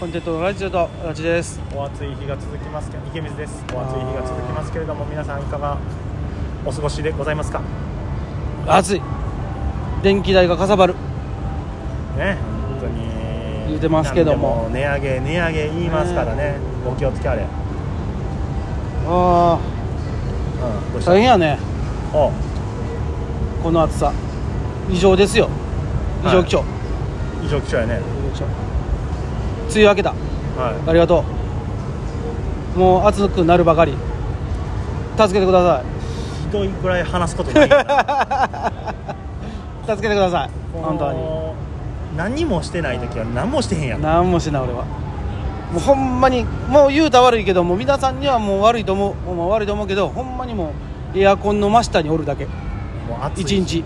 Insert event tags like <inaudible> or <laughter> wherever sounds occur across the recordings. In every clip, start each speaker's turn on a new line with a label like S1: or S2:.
S1: コンテンツのラジオとラジです
S2: お暑い日が続きますけ池水ですお暑い日が続きますけれども皆さんいかがお過ごしでございますか
S1: 暑い電気代がかさばる
S2: ね本当に
S1: 言うてますけども
S2: 何で値上げ値上げ言いますからねお気をつけあれ、うん、
S1: あ
S2: どう
S1: あ
S2: した
S1: 大変やね
S2: お
S1: この暑さ異常ですよ異常気象、
S2: 異常気象やね
S1: 異常気象梅雨明けた
S2: は
S1: ありがとうもう暑くなるばかり助けてくださ
S2: いひどいくらい話すことない
S1: い助けてください <laughs> 本当に
S2: もう何もしてない時は何もしてへんやん
S1: 何もしない俺はもうほんまにもう言うたら悪いけどもう皆さんにはもう悪いと思うもう悪いと思うけどほんまにもうエアコンの真下におるだけ
S2: もう暑い
S1: 一日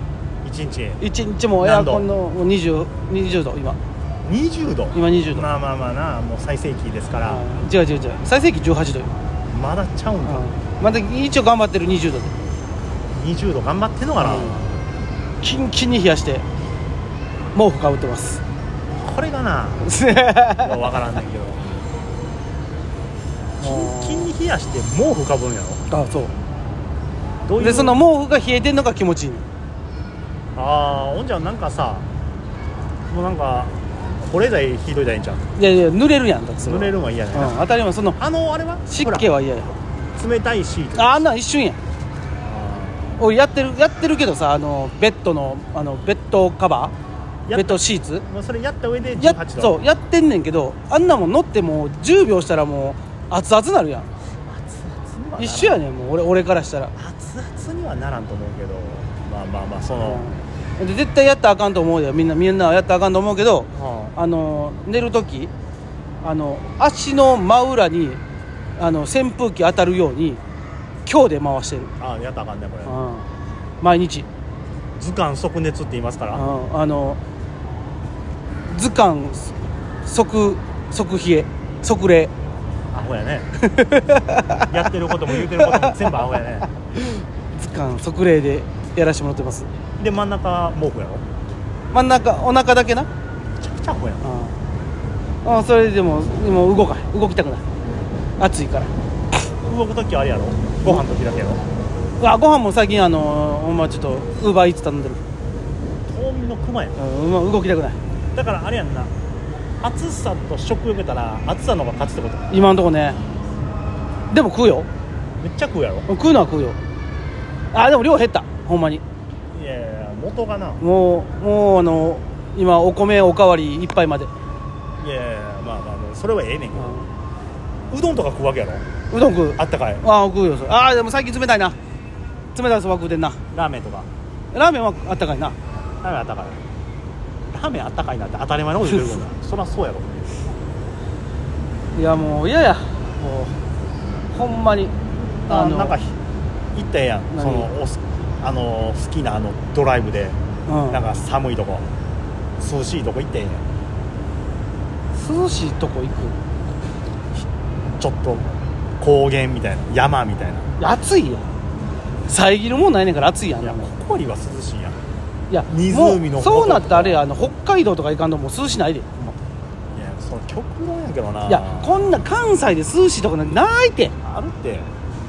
S2: 一日
S1: 一日もエアコンのもう 20, 20度今
S2: 20度
S1: 今20度、
S2: まあまあまあなもう最盛期ですから、
S1: うん違う違う違う最盛期18度よ、
S2: まだちゃうん
S1: う
S2: か、
S1: んまだ一応頑張ってる20度で
S2: 20度頑張ってんのかな、
S1: キンキンに冷やして毛布かぶってます
S2: <laughs> これがな
S1: も
S2: 分からんねん <laughs> けど
S1: う
S2: キンキンに冷やして毛布かぶるんやろ
S1: あそう
S2: どういう
S1: <laughs> でその毛布が冷えてんのが気持ちいい
S2: ああほんじゃなんかさもうなんかこれ以上ひどいだいんじゃん
S1: いやいや濡れるやんだってそれ
S2: 濡
S1: は
S2: れるんは嫌や
S1: う
S2: な、
S1: ん、当たり前その
S2: あのあれは
S1: 湿気は嫌や
S2: ほら冷たいシート
S1: ああんなん一瞬やんおいやってるやってるけどさあのベッドのあのベッドカバー
S2: やっ
S1: ベッドシーツ
S2: もうそれやった上で
S1: や
S2: 18度
S1: そうやってんねんけどあんなもん乗ってもう10秒したらもう熱々なるやん
S2: 熱々にはならん
S1: 一緒やねんもう俺俺からしたら、
S2: 熱々にはならんと思うけどまあまあまあその、
S1: で絶対やったらあかんと思うよみんなみんなはやったらあかんと思うけど
S2: は
S1: あの寝る時あの足の真裏にあの扇風機当たるように強で回してる、
S2: ああやったらあかんねこれ
S1: うん毎日
S2: 図鑑即熱って言いますから、
S1: うんあの図鑑即即冷え即冷
S2: アホやね <laughs> やってることも言うてることも全部アホやね
S1: 図鑑即冷でやらせてもらってます
S2: で真ん中毛布やろ
S1: 真ん中お腹だけな、う
S2: めちゃくちゃアホやん
S1: んうん、それでもでも動かない動きたくない暑いから
S2: 動く時はあれやろご飯の時だけやろ
S1: うわご飯も最近あのほんまちょっとウーバーイーツ頼んでる、
S2: 冬眠の熊やん
S1: うん、ま動きたくない
S2: だからあれやんな暑さと食欲やったら暑さの方が勝つってこと
S1: 今んとこねでも食うよ
S2: めっちゃ食うやろ
S1: 食うのは食うよあでも量減ったほんまに
S2: いやいや元がな
S1: もうもうあの今お米おかわり一杯まで
S2: いやいやまあまあまあそれはええねんけどうどんとか食うわけやろ
S1: うどん食う
S2: あったかい
S1: ああ食うよそれああでも最近冷たいな冷たいそば食うてんな
S2: ラーメンとか
S1: ラーメンはあったかいな
S2: ラーメンあったかいラーメンあったかいなって当たり前のこと言ってるけ <laughs> どなそりゃそうやろ
S1: いやもう嫌やもうほんまに
S2: あ
S1: の
S2: なんかひ行ったやん
S1: 何
S2: そのおすあの好きなあのドライブで
S1: うん
S2: なんか寒いとこ涼しいとこ行ってんやん
S1: 涼しいとこ行く
S2: ちょっと高原みたいな山みたいない
S1: や暑いやん遮るもんないねんから暑いやん
S2: いや
S1: なんか
S2: ここよりは涼しいやんい
S1: いや
S2: 湖
S1: も
S2: のほと
S1: うそ
S2: んど
S1: うなったらあれやあの北海道とか行かんともう涼しないで
S2: やその極論やけどない
S1: いやこんな関西で涼しいとこなんてないて
S2: あるって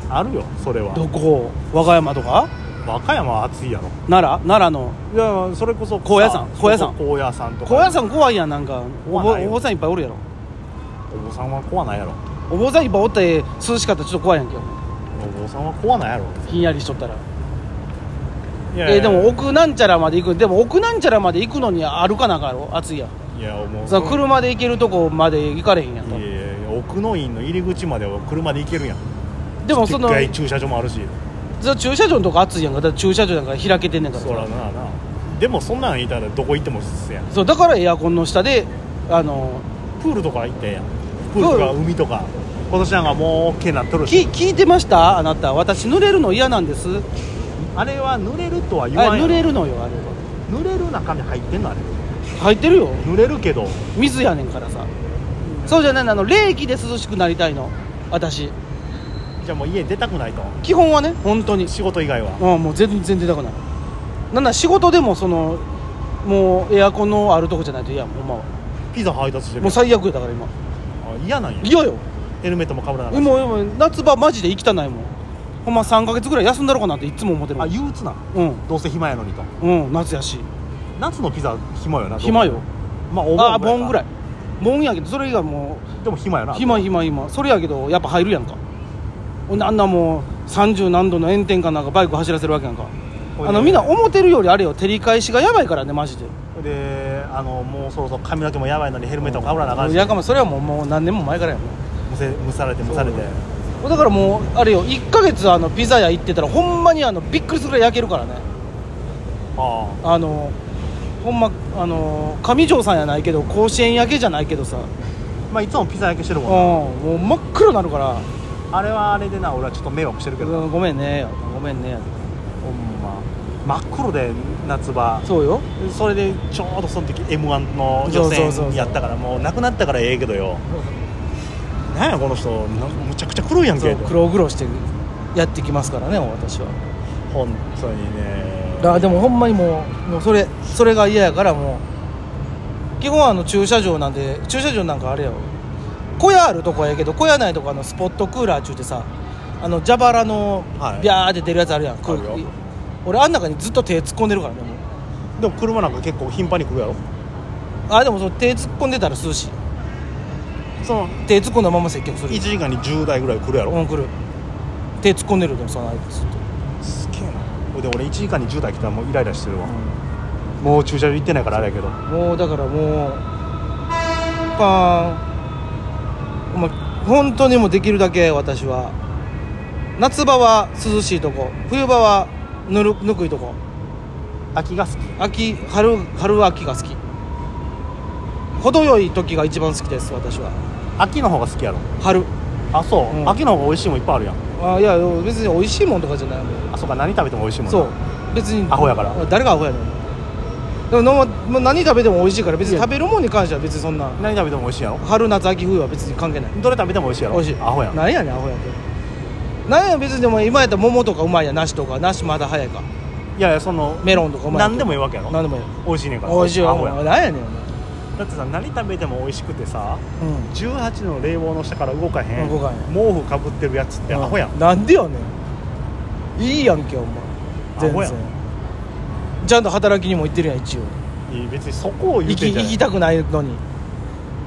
S2: あるよそれは
S1: どこ和歌山とか
S2: 和歌山は暑いやろ
S1: 奈良奈良の
S2: いやそれこそ
S1: 高野山
S2: さ
S1: 高野山
S2: ここ高野山とか
S1: 高野山怖いやんなんかお
S2: 怖
S1: 坊
S2: ないよ
S1: お坊さんいっぱいおるやろ
S2: お坊さんは怖ないやろ
S1: お坊さんいっぱいおって涼しかったらちょっと怖いやんけ
S2: お坊さんは怖ないやろ
S1: ひんやりしとったら
S2: い
S1: えーでも奥なんちゃらまで行くでも奥なんちゃらまで行くのに歩かなあかんやろ暑いやん
S2: いやもう
S1: その車で行けるとこまで行かれへんやん
S2: いやいやいや奥の院の入り口までは車で行けるやん
S1: でもその
S2: でっかい駐車場もあるし
S1: その駐車場のとこ暑いやんかだから駐車場なんか開けてんねんから
S2: そらなあなでもそんなん言いたらどこ行ってもすやん
S1: そうだからエアコンの下であの
S2: プールとか行ってやんプ
S1: プール
S2: ールとか海とか今年なんかもう OK になっとる
S1: き
S2: し
S1: 聞いてましたあなた私濡れるの嫌なんです
S2: あれは濡れるとは言わ
S1: あ
S2: ん
S1: れ
S2: や
S1: 濡
S2: ん
S1: れるのよあれ
S2: 濡れる中身入ってんのあれ
S1: 入ってるよ
S2: 濡れるけど
S1: 水やねんからさそうじゃないのあの冷気で涼しくなりたいの私
S2: じゃあもう家出たくないと
S1: 基本はね本当に
S2: 仕事以外は
S1: うんもう全然出たくないなんなら仕事でもそのもうエアコンのあるとこじゃないと嫌やもんほんまは
S2: ピザ配達してる
S1: もう最悪やだから今
S2: 嫌なんや
S1: 嫌よ
S2: ヘルメットもかぶらなか
S1: も
S2: っ
S1: う
S2: た
S1: もう夏場マジで行きたないもんほんま3か月ぐらい休んだろかなっていつも思ってるも
S2: あ
S1: ん
S2: 憂鬱な
S1: うん
S2: どうせ暇やのにと
S1: うん夏やし
S2: 夏のピザ暇よな
S1: 暇よ
S2: まあお盆
S1: あ盆ぐらい
S2: やか
S1: 盆やけどそれ以外も
S2: らでも暇や
S1: う
S2: な
S1: 暇暇暇それやけどやっぱ入るやんかほんであんなもう30何度の炎天下なんかバイク走らせるわけやんか
S2: ほいで
S1: あのみんな思ってるよりあれよ照り返しがやばいからねマジで
S2: であのもうそろそろ髪の毛もやばいのにヘルメットもかぶらなあかんし
S1: やかもそれはもうもう何年も前からやもん
S2: むせむされてむされて
S1: だからもうあれよ1ヶ月あのピザ屋行ってたらほんまにあのびっくりするぐらい焼けるからね
S2: あ
S1: あのほんまあの上条さんやないけど甲子園焼けじゃないけどさ、う
S2: あまあいつもピザ焼けしてる
S1: ん、
S2: もん
S1: もう真っ黒になるから
S2: あれはあれでな俺はちょっと迷惑してるけどな
S1: うんごめんねやごめんねや
S2: ほんま真っ黒で夏場
S1: そうよ
S2: それでちょうどその時 m 1の予
S1: そうそうそうそう
S2: 選やったからもうなくなったからええけどよなんやこの人なむちゃくちゃ黒いやん
S1: そ
S2: け
S1: う黒々してやってきますからね私は
S2: 本当にね
S1: あでもほんまにもうもうそれそれが嫌やからもう基本はあの駐車場なんで駐車場なんかあれよ小屋あるとこやけど小屋ないとこあのスポットクーラーっちゅうてさあの蛇腹の
S2: はい
S1: ビャーって出るやつあるやん、空
S2: ある
S1: 気
S2: よ
S1: 俺あん中にずっと手突っ込んでるからねもう
S2: でも車なんか結構頻繁に来るやろ
S1: あでもその手突っ込んでたら涼しい
S2: その
S1: 手突っ込んだまま接客する
S2: 1時間に10台ぐらい来るやろ、
S1: うん来る手突っ込んでるでもそのあいつずっと
S2: すげえなほいで俺1時間に10台来たらもうイライラしてるわ、もう駐車場行ってないからあれやけど
S1: もうだからもうパーンお前本当にもうできるだけ私は夏場は涼しいとこ冬場はぬるぬくいとこ
S2: 秋が好き
S1: 秋春春秋が好き程よい時が一番好きです私は
S2: 秋の方が好きやろ
S1: 春
S2: あそう、
S1: うん
S2: 秋の方が美味しいもんいっぱいあるやん
S1: あいや別に美味しいもんとかじゃないもん
S2: あそうか何食べても美味しいもんな
S1: そう別に
S2: アホやから
S1: 誰がアホやねんでものもう何食べても美味しいから別
S2: い
S1: に
S2: や
S1: 食べるもんに関しては別にそんな
S2: 何食べても美味しいやろ
S1: 春夏秋冬は別に関係ない
S2: どれ食べても美味しいやろ
S1: 美味しい
S2: アホやん
S1: なんやねんアホやんけなんや別にでも今やったら桃とかうまいやん梨とか梨まだ早いか
S2: いやいやその
S1: メロンとかうまいやん
S2: 何でもいいわけやろ
S1: 何でもいい
S2: 美味しいねんから
S1: おいしい
S2: ア
S1: わお
S2: ホ
S1: 前
S2: やん
S1: なんやねんお
S2: だってさ何食べても美味しくてさ
S1: 前
S2: 18の冷房の下から動かへん
S1: 動かへ
S2: 毛布かぶってるやつって
S1: うん
S2: アホやん、
S1: うなんでやねんいいやんけお前
S2: アホ
S1: 全
S2: やん
S1: 然ちゃんと働きにも行ってるやん一応
S2: いい別にそこを言
S1: 行
S2: うて
S1: き
S2: んじゃ
S1: 行
S2: ない
S1: きたくないのに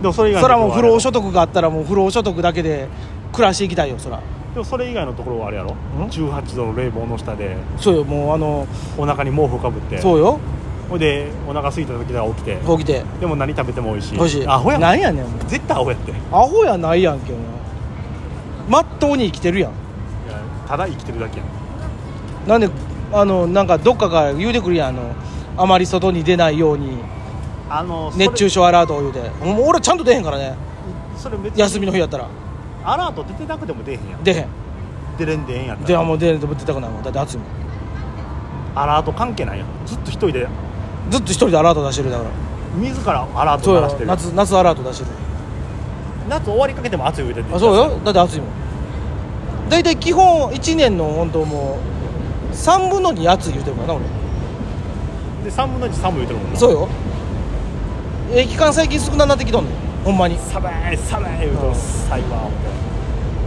S2: でもそれ以
S1: そ
S2: 外の
S1: らもう
S2: ところはあ
S1: 不
S2: れやろ
S1: 労所得があったらもう不労所得だけで暮らしていきたいよそら
S2: でもそれ以外のところはあれやろ18度の冷房の下で
S1: そうよもうあの
S2: お腹に毛布かぶって
S1: そうよ
S2: ほいでお腹空いた時は起きて
S1: こう来て
S2: でも何食べても美味しい
S1: ほしい
S2: アホやん
S1: なんやねんお前
S2: 絶対アホやってい
S1: アホやないやんけお前まっとうに生きてるやん
S2: やただ生きてるだけやん
S1: なんであのなんかどっかが言うてくるやんあのあまり外に出ないように
S2: あのそれ
S1: 熱中症アラートを言うてもう俺ちゃんと出へんからね
S2: それ別に
S1: 休みの日やったら
S2: アラート出てなくても出えへんやん
S1: 出へん
S2: 出れんでええんやったら
S1: ではもう出へんと出たくないもんだって暑いもん
S2: アラート関係ないやんずっと一人で
S1: ずっと一人でアラート出してるだから
S2: 自らアラー
S1: そ
S2: ト
S1: う
S2: 鳴
S1: よ
S2: らしてる夏
S1: 夏夏アラート出してる
S2: 終わりかけても暑い言うてて
S1: あそうよだって暑いもん大体基本1年の本当もう3分の2暑い言うてるからな俺
S2: で3分の1寒い言うてるもんな
S1: そうよええ期間最近少なくなってきとんねんほんまに
S2: 寒い寒い言うて
S1: うん
S2: る最後は思って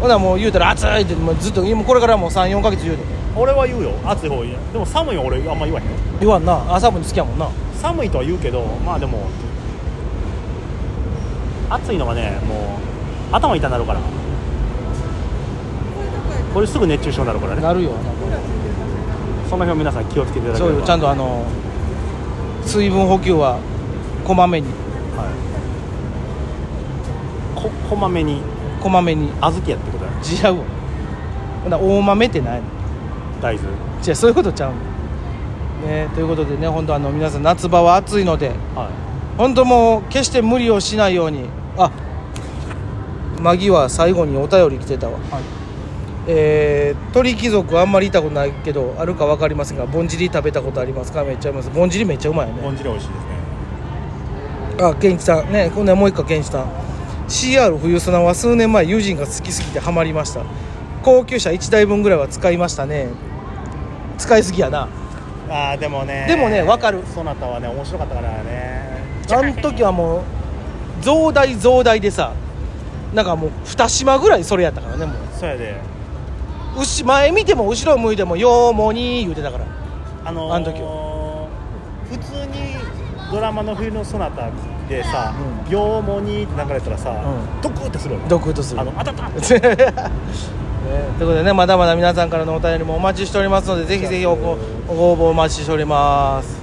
S1: ほなもう言うたら暑いってもうずっと今これからもう34か月言うて
S2: 俺は言うよ暑い方がいいやでも寒いは俺あんま言わへんよ
S1: 言わんな朝分に好きやもんな
S2: 寒いとは言うけどまあでも暑いのがねもう頭痛なるからこれすぐ熱中症になるからね
S1: なるよなんか
S2: その辺は皆さん気をつけていただけ
S1: そう
S2: れ
S1: よ
S2: ば
S1: ちゃんとあの水分補給はこまめに
S2: はいここまめに
S1: こまめに
S2: 小豆やってことや
S1: 違うわほな大豆ってないの
S2: 大豆
S1: 違うそういうことちゃうのねということでね本当あの皆さん夏場は暑いので
S2: は
S1: 本当もう決して無理をしないようにあマギは最後にお便り来てたわ、
S2: はい
S1: えー鳥貴族あんまりいたことないけどあるか分かりませんがぼんじり食べたことありますかめっちゃいますぼんじりめっちゃうまいよ
S2: い
S1: ね
S2: ぼんじり美味しいですね
S1: あケンイチさんねこんなもう一回ケンイチさん CR 冬ソナは数年前友人が好きすぎてハマりました高級車1台分ぐらいは使いましたね使いすぎやな
S2: ああでもね
S1: でもねわかる
S2: そなたはね面白かったからね
S1: あの時はもう増大増大でさなんかもう2島ぐらいそれやったからねも
S2: そうやで
S1: ううし前見ても後ろ向いても「ようもに」言うてたから
S2: あのー
S1: あの時
S2: 普通にドラマの冬のソナタでさ「
S1: う
S2: 羊毛に」って流れたらさ、
S1: う
S2: ドクッてするよね
S1: ドクッとする
S2: あのあたたって
S1: <laughs> ねということでねまだまだ皆さんからのお便りもお待ちしておりますのでぜひぜひおごご応募お待ちしております